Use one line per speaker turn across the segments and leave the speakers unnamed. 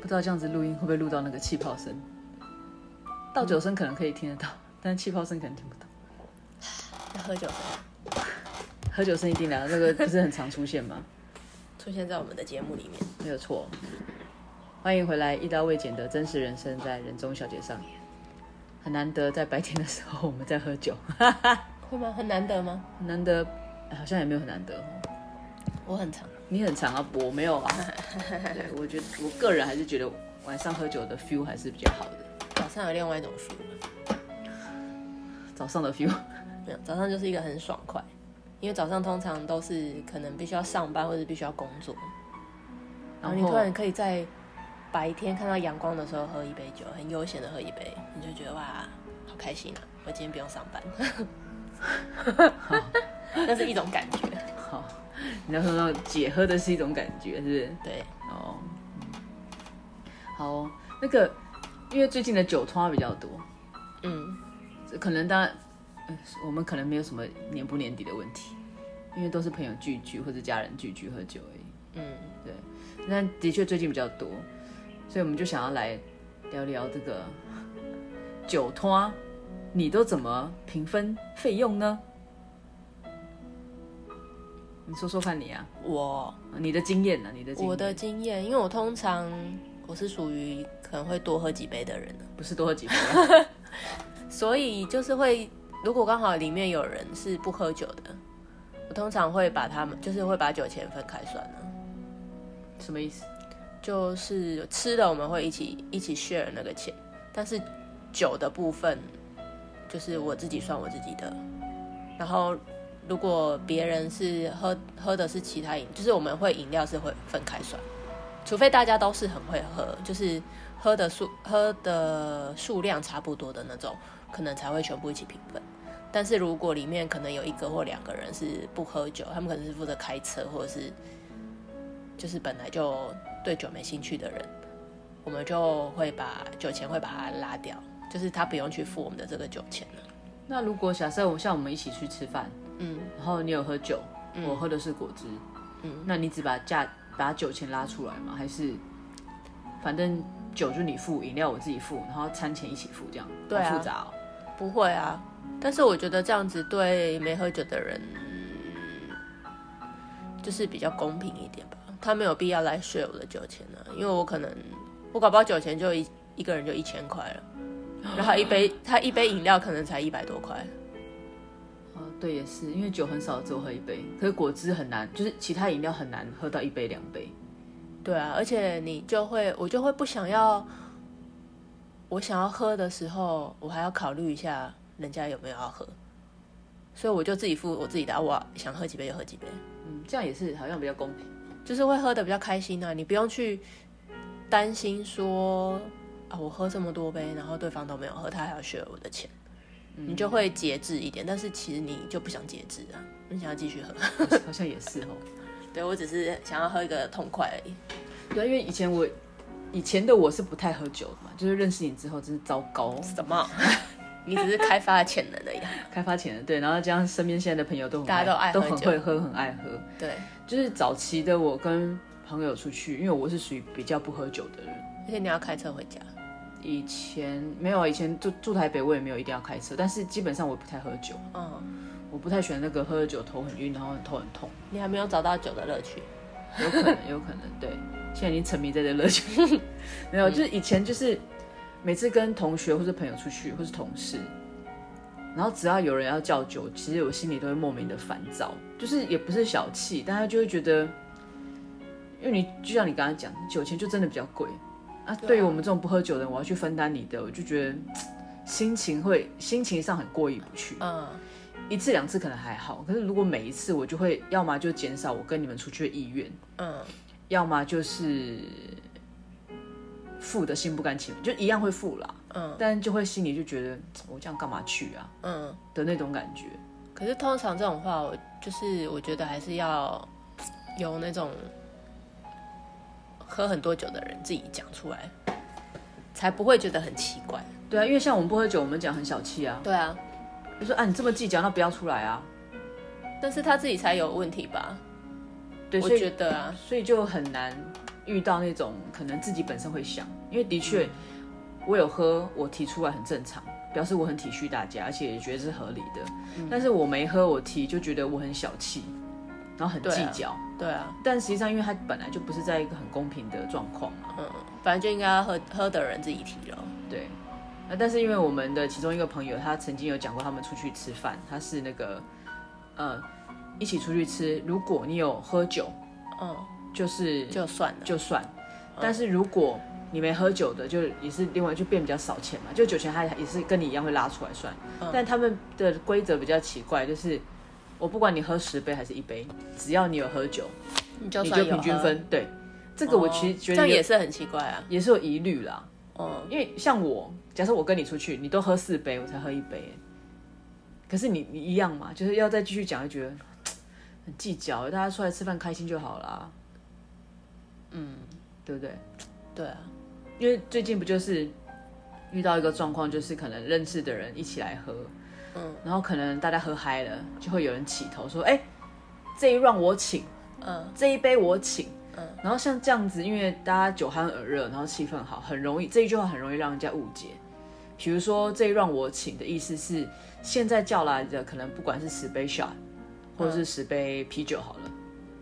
不知道这样子录音会不会录到那个气泡声。倒酒声可能可以听得到，
嗯
但是气泡声可能听不到。
要喝酒声
喝酒声一定聊，那个不是很常出现吗？
出现在我们的节目里面。
没有错。欢迎回来，一刀未剪的真实人生在人中小姐上演。很难得在白天的时候我们在喝酒，
会吗？很难得吗？
很难得，哎好像也没有很难得哦。
我很常。
你很长啊，我没有 啊。对，我觉得我个人还是觉得晚上喝酒的 feel 还是比较好的，
早上有另外一种舒服，
早上的 feel
没有早上就是一个很爽快，因为早上通常都是可能必须要上班或者必须要工作，然哦后你
然后
突然可以在白天看到阳光的时候喝一杯酒，很悠闲的喝一杯，你就觉得哇，好开心啊！我今天不用上 班， 那是一种感觉。
好。你要说到解喝的是一种感觉，是不是？
对，
哦，嗯好哦那个因为最近的酒托比较多，
嗯，
这可能当然、呃我们可能没有什么年不年底的问题，因为都是朋友聚聚或者家人聚聚喝酒而已。
嗯，
但的确最近比较多，所以我们就想要来聊聊这个酒托，啊你都怎么平分费用呢？你说说看你啊，
我
你的经验呢、啊你的经验
我的经验，因为我通常我是属于可能会多喝几杯的人，
不是多喝几杯啊，
所以就是会，如果刚好里面有人是不喝酒的，我通常会把他们就是会把酒钱分开算啊了，
什么意思？
就是吃的我们会一起一起 share 那个钱，但是酒的部分就是我自己算我自己的，然后如果别人是喝喝的是其他饮，就是我们会饮料是会分开算，除非大家都是很会喝，就是喝的数喝的数量差不多的那种，可能才会全部一起平分。但是如果里面可能有一个或两个人是不喝酒，他们可能是负责开车或者是就是本来就对酒没兴趣的人，我们就会把酒钱会把它拉掉，就是他不用去付我们的这个酒钱了。
那如果假设我像我们一起去吃饭，
嗯，
然后你有喝酒，我喝的是果汁，嗯，那你只把价把酒钱拉出来吗？还是反正酒就你付，饮料我自己付，然后餐钱一起付这样？
对啊
好复杂哦。
不会啊，但是我觉得这样子对没喝酒的人，就是比较公平一点吧。他没有必要来睡我的酒钱呢、因为我可能我搞不好酒钱就一一个人就一千块了，然后他一杯他一杯饮料可能才一百多块，
哦，对，也是，因为酒很少，只有喝一杯，可是果汁很难，就是其他饮料很难喝到一杯两杯。
对啊，而且你就会我就会不想要，我想要喝的时候，我还要考虑一下人家有没有要喝，所以我就自己付我自己的啊，我想喝几杯就喝几杯。
嗯，这样也是好像比较公平。
就是会喝的比较开心啊，你不用去担心说啊，我喝这么多杯，然后对方都没有喝，他还要削我的钱，你就会节制一点。但是其实你就不想节制啊，你想要继续喝。
好像也是哦。
对我只是想要喝一个痛快而已。
对，因为以前我以前的我是不太喝酒的嘛，就是认识你之后真是糟糕。
什么？你只是开发了潜能而已啊。
开发前的对，然后加上身边现在的朋友都很
大家都爱喝
都很
酒
会喝，很爱喝。
对，
就是早期的我跟朋友出去，因为我是属于比较不喝酒的人。
而且你要开车回家，
以前没有，以前住住台北，我也没有一定要开车，但是基本上我不太喝酒，
嗯，
我不太喜欢那个喝了酒头很晕，然后头很痛，
你还没有找到酒的乐趣。
有可能，有可能，对，现在已经沉迷在这乐趣。 没有，就是以前就是每次跟同学或是朋友出去，或是同事，然后只要有人要叫酒，其实我心里都会莫名的烦躁，就是也不是小气，但他就会觉得，因为你就像你刚才讲，酒钱就真的比较贵啊。对于我们这种不喝酒的人，我要去分担你的，我就觉得心情会心情上很过意不去。
嗯，
一次两次可能还好，可是如果每一次，我就会要么就减少我跟你们出去的意愿，
嗯，
要么就是付的心不甘情不愿，就一样会付啦，
嗯，
但就会心里就觉得我这样干嘛去啊
嗯。
的那种感觉。
可是通常这种话，我就是我觉得还是要由那种喝很多酒的人自己讲出来，才不会觉得很奇怪。
对啊，因为像我们不喝酒，我们讲很小气啊，
对啊，
就说啊你这么计较，那不要出来啊。
但是他自己才有问题吧？
对，
我
所以
觉得啊，
所以就很难遇到那种可能自己本身会想，因为的
嗯
确我有喝，我提出来很正常，表示我很体恤大家，而且也觉得是合理的。
嗯
但是我没喝，我提就觉得我很小气，然后很计
啊
较。
对啊，
但实际上，因为它本来就不是在一个很公平的状况嘛，
嗯，反正就应该要喝喝的人自己提了。
对。那但是因为我们的其中一个朋友，他曾经有讲过，他们出去吃饭，他是那个呃一起出去吃，如果你有喝酒，
嗯，
就是
就算了。
就算，
嗯
但是如果你没喝酒的，就也是另外就变比较少钱嘛，就酒钱他也是跟你一样会拉出来算，
嗯
但他们的规则比较奇怪，就是我不管你喝十杯还是一杯，只要你有喝酒，
你就
你
算
就
有啊哦
平均
喝
分。对，这个我
哦
其实觉
这
得
样
有
也是很奇怪啊。
也是有疑虑啦。
嗯，
因为像我，假设我跟你出去，你都喝四杯，我才喝一杯耶，可是你你一样嘛，就是要再继续讲，就觉得很计较，大家出来吃饭开心就好啦，嗯，对不对？
对啊，
因为最近不就是遇到一个状况，就是可能认识的人一起来喝，嗯，然后可能大家喝嗨了，就会有人起头说，哎、这一 round 我请，
嗯，
这一杯我请。嗯，然后像这样子，因为大家酒酣耳热，然后气氛好，很容易这一句话很容易让人家误解。比如说这一让我请的意思是，现在叫来的可能不管是十杯 shot，或者是十杯啤酒好了，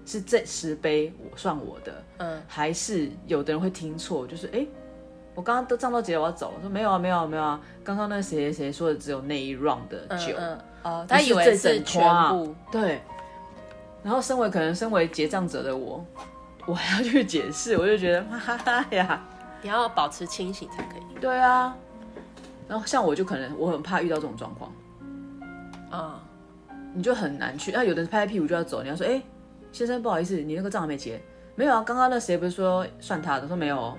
是这十杯我算我的，
嗯，
还是有的人会听错，就是哎，诶我刚刚都账到结了，我要走了，说没有啊，没有啊，没有啊，刚刚那谁谁谁说的只有那一 round 的
嗯
酒，
嗯哦，
不
他以为
这
是
整
全
团啊
部，
对。然后身为可能身为结账者的我， 我还要去解释，我就觉得哈哈呀，
你要保持清醒才可以
对啊。然后像我就可能我很怕遇到这种状况，
啊。
你就很难去。那有的人拍拍屁股就要走，你要说，哎、先生不好意思，你那个账还没结，没有啊？刚刚那谁不是说算他的？说没有、哦，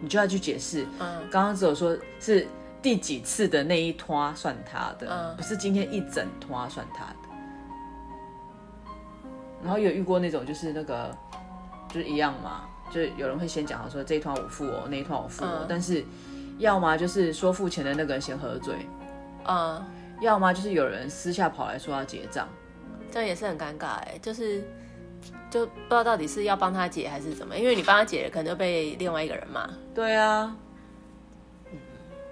你就要去解释。
嗯
刚刚只有说是第几次的那一拖算他的，
嗯
不是今天一整拖算他的。然后有遇过那种就是那个就是一样嘛，就是有人会先讲好说这一团我付哦，那一团我付哦，
嗯
但是要么就是说付钱的那个人先喝醉，
啊，
要么就是有人私下跑来说要结账。
这样也是很尴尬哎，就是就不知道到底是要帮他解还是怎么，因为你帮他解可能就被另外一个人骂。
对啊，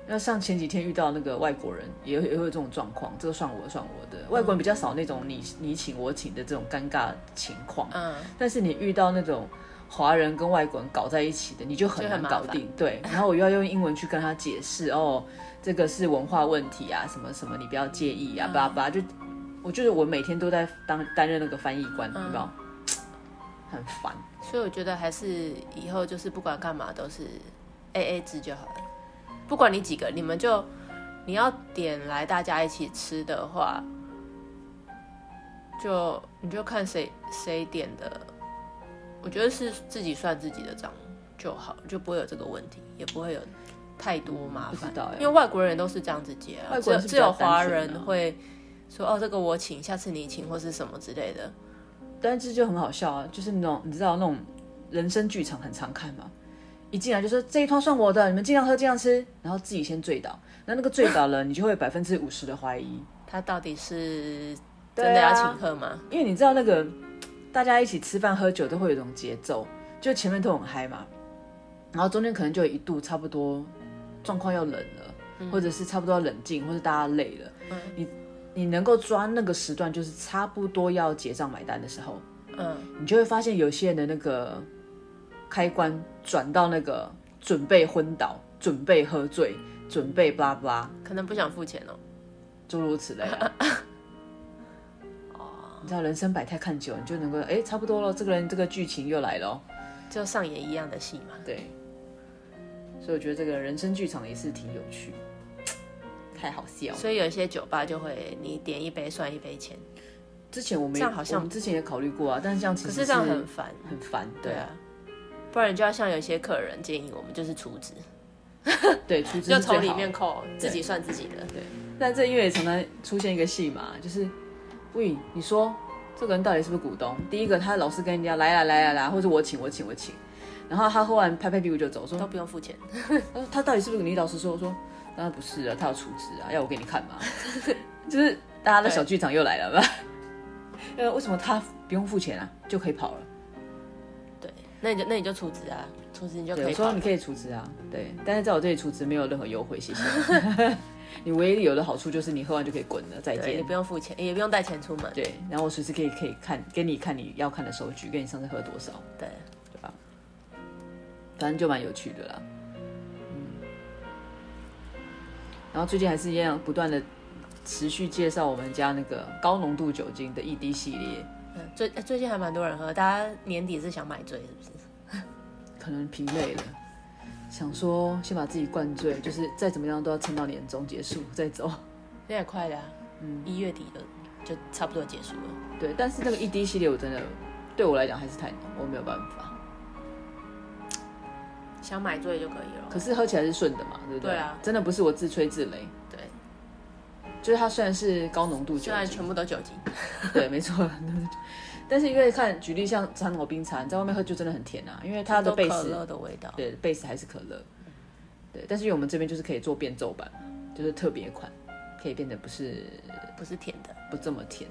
那像前几天遇到那个外国人，也会也会有这种状况，这个算我算我的。外国人比较少那种你你请我请的这种尴尬情况，
嗯，
但是你遇到那种华人跟外国人搞在一起的，你就很
就
难
很麻
搞
烦
定。对，然后我又要用英文去跟他解释，哦，这个是文化问题啊，什么什么，你不要介意
嗯
啊，巴拉巴拉。就我就是我每天都在当担任那个翻译官，
嗯
你知道，很烦。
所以我觉得还是以后就是不管干嘛都是 A A 制就好了，不管你几个，你们就你要点来大家一起吃的话，就你就看谁谁点的，我觉得是自己算自己的账就好，就不会有这个问题，也不会有太多麻
不知
烦。
道欸
因为外国人也都是这样子结啊，
外
只
国
有
人是比
只
较
有华
单纯啊
人会说哦这个我请，下次你请或是什么之类的。
但是就很好笑啊，就是那种你知道那种人生剧场很常看嘛，一进来就说这一套算我的，你们尽量喝尽量吃，然后自己先醉倒，那那个醉倒了，你就会有百分之五十的怀疑，
他到底是
对
真
啊
的要请客吗？
因为你知道那个大家一起吃饭喝酒都会有一种节奏，就前面都很嗨嘛，然后中间可能就有一度差不多状况要冷了，或者是差不多要冷静，或者大家累了，你你能够抓那个时段，就是差不多要结账买单的时候，
嗯，
你就会发现有些人的那个开关转到那个准备昏倒、准备喝醉、准备巴拉巴拉，
可能不想付钱哦。
诸如此类、啊。
哦
你知道人生百态看久，了，你就能够哎、差不多了，这个人这个剧情又来了哦。
就上演一样的戏嘛。
对，所以我觉得这个人生剧场也是挺有趣，太好笑了。
所以有一些酒吧就会你点一杯算一杯钱，
之前我们
这
也
样好像
我们之前也考虑过啊，但是这样其
可
实
是这样很烦。
很烦，
对啊，不然你就要像有些客人建议我们就是储值，
对，出资
就
最
是从里
好
面扣，自己算自己的。
但这因为也常常出现一个戏嘛，就是，喂，你说这个人到底是不是股东？第一个，他老是跟人家来来来来来，或者我请我请我请，然后他喝完拍拍屁股就走，说
都不用付钱，
他说他到底是不是你老实说？我说当然不是啊，他有处置啊，要我给你看吗？ 就是大家的小剧场又来了吧？ 呃，为什么他不用付钱啊就可以跑了？
对，那你就那你就储值啊，厨子你就
对，
可
我
以
说
跑
你。可以储值啊，对，但是在我这里储值没有任何优惠，谢谢。 你唯一有的好处就是你喝完就可以滚了，再
对，你
见
不。用付钱，也不用带钱出门。
对，然后我随时可以可以看，给你看你要看的收据，跟你上次喝多少，
对，
反正就蛮有趣的啦。嗯，然后最近还是一样不断的持续介绍我们家那个高浓度酒精的 ED 系列，
嗯，最呃最近还蛮多人喝，大家年底是想买醉是不是？
可能疲累了，想说先把自己灌醉，就是再怎么样都要撑到年终结束再走。
现在快了、啊，嗯，一月底就就差不多结束了。
对，但是那个 ED 系列我真的对我来讲还是太浓，我没有办法。
想买醉就可以了。
可是喝起来是顺的嘛，对不对？
对啊
真的不是我自吹自擂，
对，
就是它虽然是高浓度酒
虽然
精，
全部都酒精，
对，没错。 但是因为看举例像长岛冰茶，你在外面喝就真的很甜啊，因为它的
都
贝
可
斯
乐的味道。
对贝斯还是可乐，对。但是因为我们这边就是可以做变奏版，就是特别款，可以变得不是
不是甜的，
不这么甜。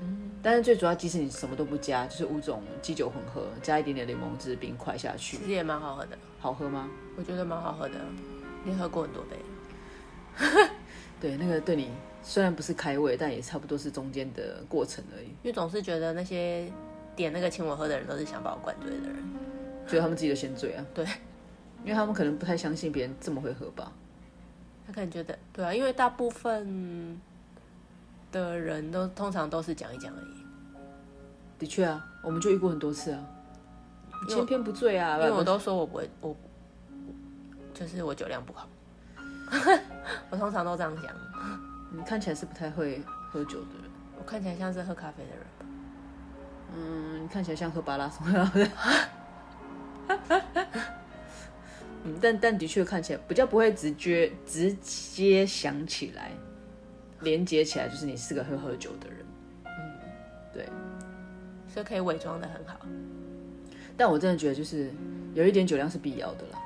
嗯
但是最主要，即使你什么都不加，就是五种基酒混合，加一点点柠檬汁、冰块下去
其，实也蛮好喝的，
好喝吗？
我觉得蛮好喝的。你喝过很多杯了，
对，那个对你虽然不是开胃，但也差不多是中间的过程而已，
因为总是觉得那些点那个请我喝的人都是想把我灌醉的人。
觉得他们自己的先醉啊。
对，
因为他们可能不太相信别人这么会喝吧。
他可能觉得，对啊，因为大部分的人都通常都是讲一讲而已。
的确啊，我们就遇过很多次啊，
因为
千篇不醉啊，
因为我
不
都说我不会，我就是我酒量不好， 我通常都这样讲。
你看起来是不太会喝酒的人，
我看起来像是喝咖啡的人吧，
嗯，你看起来像喝巴拉松的人。 嗯，但但的确看起来比较不会直觉直接想起来，连接起来就是你是个会喝酒的人。
所以可以伪装的很好。
但我真的觉得就是有一点酒量是必要的啦，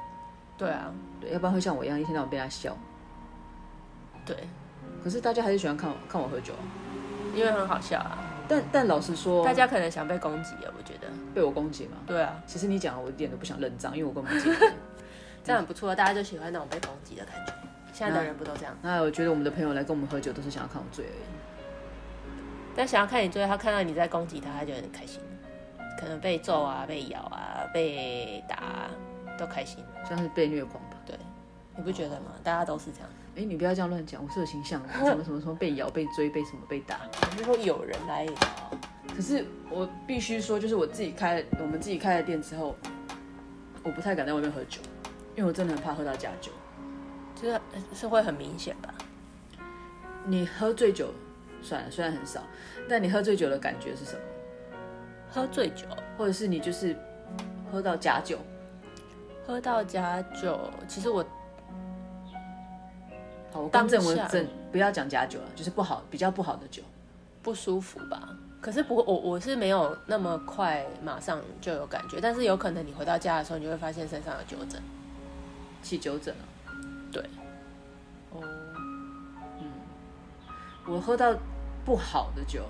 对啊，
对，要不然会像我一样一天到晚被他笑。
对，
可是大家还是喜欢看我看我喝酒啊、
因为很好笑啊。
但但老实说，
大家可能想被攻击啊，我觉得。
被我攻击嘛，
哦对啊，
其实你讲了我一点都不想认账，因为我根本不记得。
这样很不错，大家就喜欢那种被攻击的感觉。现在的人不都这样？
那我觉得我们的朋友来跟我们喝酒都是想要看我醉而已。
但想要看你醉，他看到你在攻击他，他就很开心，可能被揍啊、被咬啊、被打、啊、都开心，
像是被虐狂吧？
你不觉得吗？大家都是这样，
哎，你不要这样乱讲，我是有形象的，什么什么什么被咬、被追、被什么、被打。
就会有人来
可是我必须说，就是我自己开了我们自己开了店之后，我不太敢在外面喝酒，因为我真的很怕喝到假酒。
就是呃是会很明显吧？
你喝醉酒，算了，虽然很少，但你喝醉酒的感觉是什么？
喝醉酒，
或者是你就是喝到假酒，
喝到假酒，其实我
好，我
当
更正我
下
正不要讲假酒了，就是不好比较不好的酒。
不舒服吧。可是不会，我我是没有那么快马上就有感觉，但是有可能你回到家的时候，你就会发现身上有酒疹。
起酒疹啊。
对。
哦。嗯，我喝到不好的酒，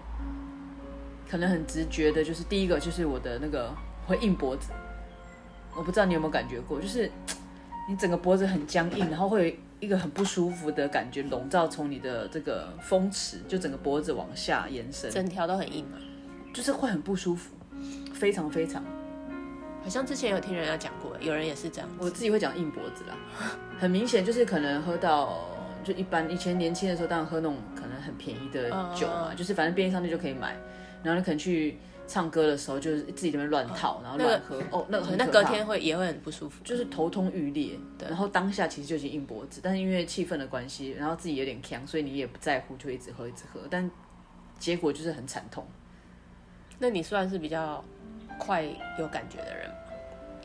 可能很直觉的，就是第一个就是我的那个会硬脖子，我不知道你有没有感觉过，就是你整个脖子很僵硬，然后会有一个很不舒服的感觉笼罩从你的这个风池，就整个脖子往下延伸，
整条都很硬嘛。
就是会很不舒服，非常非常。
好像之前有听人家讲过，有人也是这样。
我自己会讲硬脖子啦，很明显就是可能喝到就一般，以前年轻的时候当然喝那种可能很便宜的
嗯
酒嘛，就是反正便利商店就可以买，然后你可能去唱歌的时候就是自己在那边
嗯
乱套，然后乱喝，哦，那个很
那
可
隔
怕
天会也会很不舒服，
就是头痛欲裂，然后当下其实就已经硬脖子，但是因为气氛的关系，然后自己有点呛，所以你也不在乎，就一直喝一直喝，但结果就是很惨痛，
那你算是比较快有感觉的人，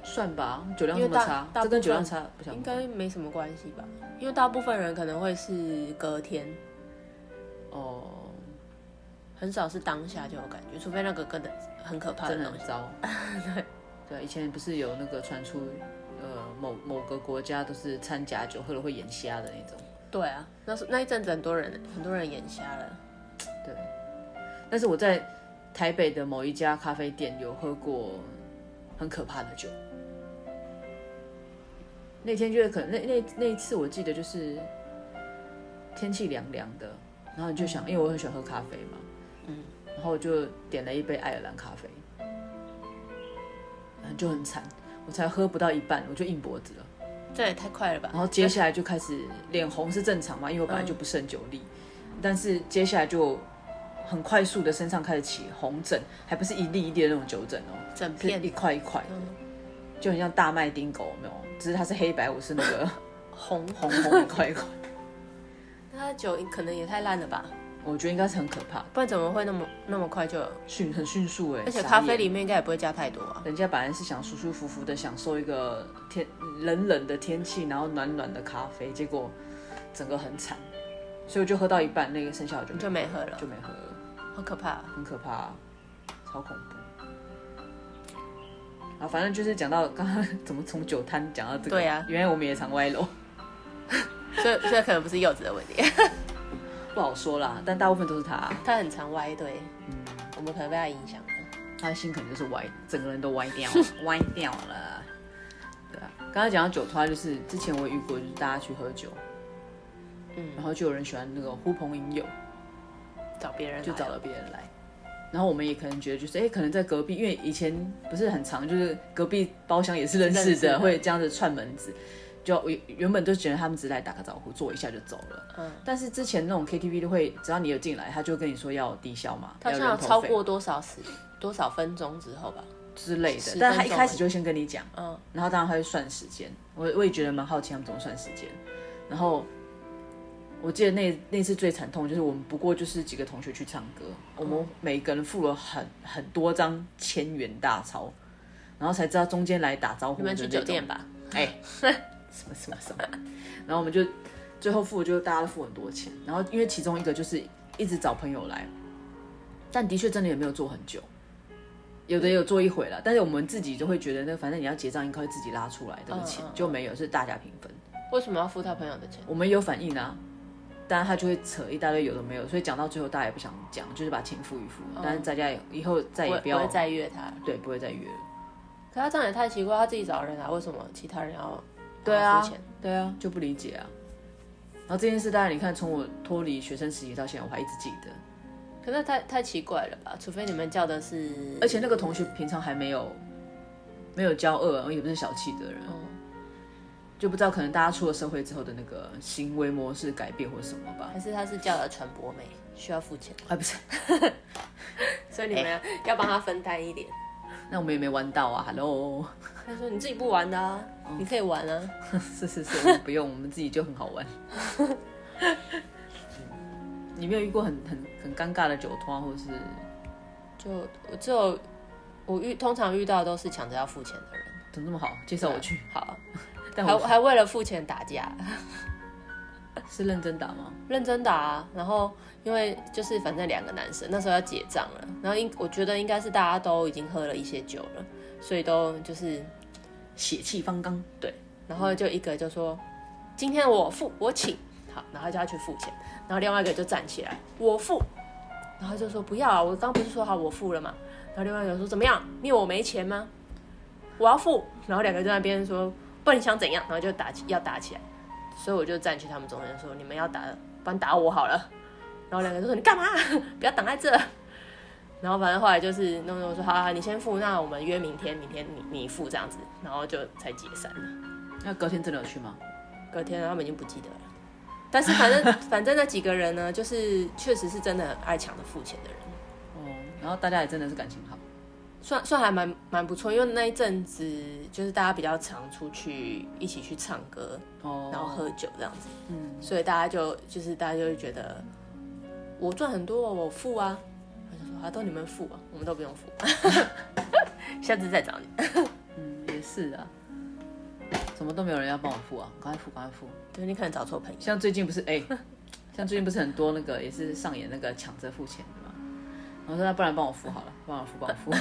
算吧，酒量
因
这
为
么
大
差，
大
这跟
部
酒量
分
差不相
应
关。
该没什么关系吧？因为大部分人可能会是隔天，
哦，
很少是当下就有感觉，除非那个真的很可怕的
真
东
的
西。
很 糟。对，以前不是有那个传出，呃，某某个国家都是掺假酒喝了会眼瞎的那种。
对啊，那是那一阵子很多人很多人眼瞎了，
但是我在台北的某一家咖啡店有喝过很可怕的酒，那天就是可能那那那一次我记得就是天气凉凉的，然后你就想，因为我很喜欢喝咖啡嘛，嗯，然后我就点了一杯爱尔兰咖啡，嗯就很惨，我才喝不到一半我就硬脖子了。
这也太快了吧？
然后接下来就开始脸红是正常嘛，因为我本
嗯
来就不胜酒力，但是接下来就很快速的身上开始起红疹，还不是一粒一粒的那种酒疹哦，
整
是
片
一块一块的，
嗯
就很像大麦丁狗，有没有？只是它是黑白，我是那个
红，
红红一块一块，
那他的酒可能也太烂了吧？
我觉得应该是很可怕，
不然怎么会那么那么快就？
迅很迅速哎，
而
傻
且
眼
咖啡里面应该也不会加太多啊。
人家本来是想舒舒服服的享受一个天冷冷的天气，然后暖暖的咖啡，结果整个很惨，所以我就喝到一半，那个剩下我就
你
没
就没喝了，
就没喝了。
好可怕啊、
很可怕、超恐怖。啊，反正就是讲到刚刚怎么从酒摊讲到这个，
对啊
原来我们也常歪楼，
所以所以可能不是柚子的问 题，
不好说啦。但大部分都是他、啊
他很常歪对，我们可能被他影响了。
他的心可能就是歪，整个人都歪掉 了，歪掉了。对啊，刚刚讲到酒托，就是之前我也遇过，就是大家去喝酒，
嗯
然后就有人喜欢那个呼朋引友，
找别人
就
来
找了别人来。然后我们也可能觉得就是，哎，可能在隔壁，因为以前不是很常，就是隔壁包厢也是认识
认识
的，
的
会这样子串门子。就我原本都觉得他们只是来打个招呼，坐一下就走了。
嗯，
但是之前那种 KTV 都会，只要你有进来，他就跟你说要低消嘛，
他
要
好像有
人头
超
费
过多少时多少分钟之后吧？
之类
10
的
分。
但他一
钟
开始就会先跟你讲，
嗯，
然后当然他会算时间。我我也觉得蛮好奇他们怎么算时间。然后我记得那那次最惨痛的就是我们不过就是几个同学去唱歌，我
嗯
们每个人付了很很多张千元大钞，然后才知道中间来打招呼
你们去酒店吧？
哎、什么什么什么，然后我们就最后付就大家都付很多钱，然后因为其中一个就是一直找朋友来，但的确真的也没有做很久，有的也有做一回了，但是我们自己就会觉得那反正你要结账应该会自己拉出来这个钱
嗯嗯嗯
就没有是大家平分，
为什么要付他朋友的钱？
我们也有反应啊。但他就会扯一大堆有的没有，所以讲到最后大家也不想讲，就是把钱付一付。但是大家也以后再也
我
不
也嗯不
要
会再约他了。
对，不会再约了。
可他这样也太奇怪，他自己找人啊，为什么其他人要
对啊
付钱？，
对啊，就不理解啊。然后这件事，当然你看，从我脱离学生时期到现在，我还一直记得。
可那太太奇怪了吧？除非你们叫的是，
而且那个同学平常还没有没有骄傲，也不是小气的人，
嗯
就不知道可能大家出了社会之后的那个行为模式改变或什么吧。
还是他是叫了传播美，需要付钱，哎
啊，不是，
所以你们要要帮他分担一点。
那我们也没玩到啊，Hello，
他说你自己不玩的啊，你可以玩啊。
是是是，我们不用，我们自己就很好 玩。你没有遇过很很很尴尬的酒托，啊或者是
就我只有我遇通常遇到的都是抢着要付钱的人，
怎么这么好？介绍我去，
好，
但
还
我
还为了付钱打架，
是认真打吗？
认真打、啊。然后因为就是反正两个男生那时候要结账了，然后应我觉得应该是大家都已经喝了一些酒了，所以都就是
血气方刚，
对，然后就一个就说今天我付我请，好，然后就要去付钱，然后另外一个就站起来我付，然后就说不要啊，我刚不是说好我付了嘛，然后另外一个说怎么样，你以为我没钱吗？我要付，然后两个就在那边说不然你想怎样，然后就打起要打起来，所以我就站去他们中间说你们要打，不然打我好了，然后两个就说你干嘛， 不要挡在这。然后反正后来就是弄弄说好、啊，你先付，那我们约明天，明天你你付这样子，然后就才解散。
那隔天真的有去吗？
隔天他们已经不记得了。但是反 正反正那几个人呢，就是确实是真的很爱抢着付钱的人，
哦，然后大家也真的是感情好，
算算还蛮蛮不错，因为那一阵子就是大家比较常出去一起去唱歌，
哦，
然后喝酒这样子，
嗯，
所以大家就就是大家就会觉得我赚很多，我付啊，我就说啊都你们付啊，我们都不用付， 下次再找你。
嗯，也是啊，怎么都没有人要帮我付啊，赶快付，赶快付。
对你可能找错朋友，
像最近不是 哎、像最近不是很多那个也是上演那个抢着付钱的嘛，然后说那不然帮我付好了，帮我付，帮我 付，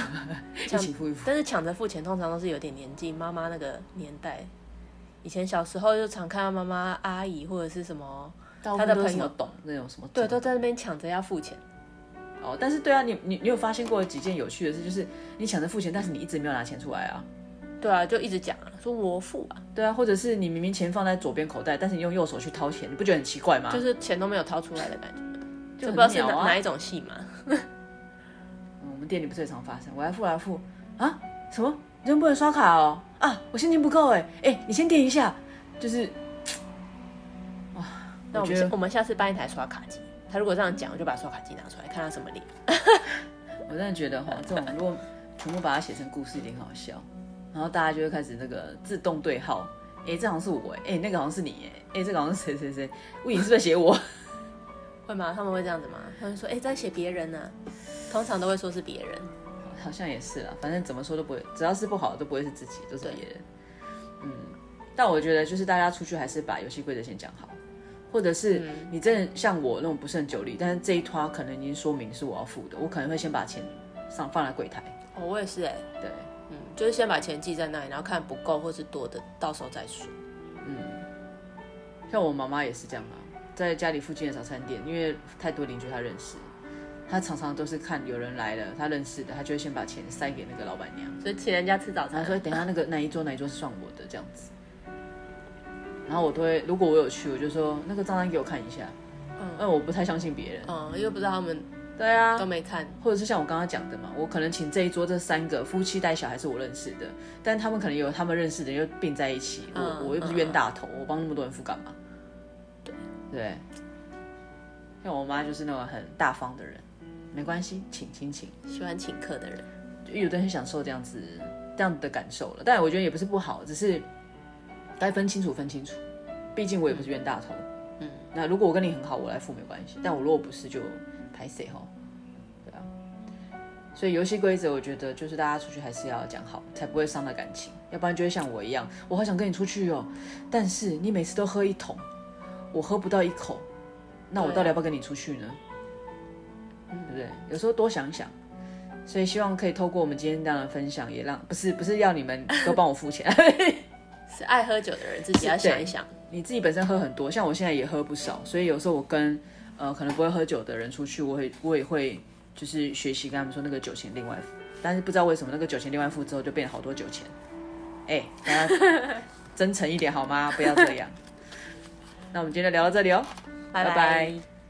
一起付一付。
但是抢着付钱通常都是有点年纪，妈妈那个年代。以前小时候就常看到妈妈、阿姨或者是什么，
大部
他
分
的
都是
朋友
什么懂那种什么
对，都在那边抢着要付钱。
哦，但是对啊，你你你有发现过几件有趣的事，就是你抢着付钱，但是你一直没有拿钱出来啊。
对啊，就一直讲啊说我付啊，
对啊，或者是你明明钱放在左边口袋，但是你用右手去掏钱，你不觉得很奇怪吗？
就是钱都没有掏出来的感觉，
就
不
很
知道是
鸟
哪、
啊
哪一种戏 嘛。
嗯我们店里不是也常发生，我还付来付啊什么？你真不能刷卡哦啊！我现金不够哎哎，你先垫一下，就是
那我
我
们
觉得
下我们下次办一台刷卡机，他如果这样讲，我就把刷卡机拿出来，看他什么脸。
我真的觉得哈，这种如果全部把它写成故事，一定很好笑。然后大家就会开始那个自动对号，哎，这好像是我，哎，那个好像是你，哎，哎，这个好像是谁谁谁，魏颖是不是在写我？
会吗？他们会这样子吗？他们说，哎、在写别人呢、通常都会说是别人。
好像也是啦，反正怎么说都不会，只要是不好的都不会是自己，都是别人。嗯，但我觉得就是大家出去还是把游戏规则先讲好，或者是你真的像我那种不胜酒力，但是这一拖可能已经说明是我要付的，我可能会先把钱上放在柜台。
哦，我也是哎、
对，
嗯，就是先把钱记在那里，然后看不够或是多的，到时候再说。
像我妈妈也是这样啊，在家里附近的早餐店，因为太多邻居她认识，她常常都是看有人来了，她认识的，她就会先把钱塞给那个老板娘。
所以请人家吃早
然
餐
后，说等一下那个哪一桌哪一桌是算我的这样子。然后我都会，如果我有去，我就说那个账单给我看一下，因为我不太相信别人。
嗯，因为不知道他们
对啊，
都没看，
或者是像我刚刚讲的嘛，我可能请这一桌这三个夫妻带小孩是我认识的，但他们可能有他们认识的又并在一起，我、
嗯
我又不是冤大头，我帮那么多人付干嘛？
对
对，像我妈就是那种很大方的人，没关系，请请请。
喜欢请客的人，
就有的人很享受这样子这样的感受了。但我觉得也不是不好，只是该分清楚分清楚。毕竟我也不是冤大头。嗯，那如果我跟你很好，我来付没关系。但我如果不是，就拍谁吼？对啊。所以游戏规则，我觉得就是大家出去还是要讲好，才不会伤了感情。要不然就会像我一样，我好想跟你出去哦，但是你每次都喝一桶，我喝不到一口，那我
对啊
到底要不要跟你出去呢？对不对？有时候多想想。所以希望可以透过我们今天这样的分享，也让不是不是要你们都帮我付钱，
是爱喝酒的人自己要想一想。
你自己本身喝很多，像我现在也喝不少，所以有时候我跟呃可能不会喝酒的人出去，我会我也会就是学习跟他们说那个酒钱另外付，但是不知道为什么那个酒钱另外付之后就变好多酒钱，哎、大家真诚一点好吗？不要这样。那我们今天就聊到这里哦，
拜
拜拜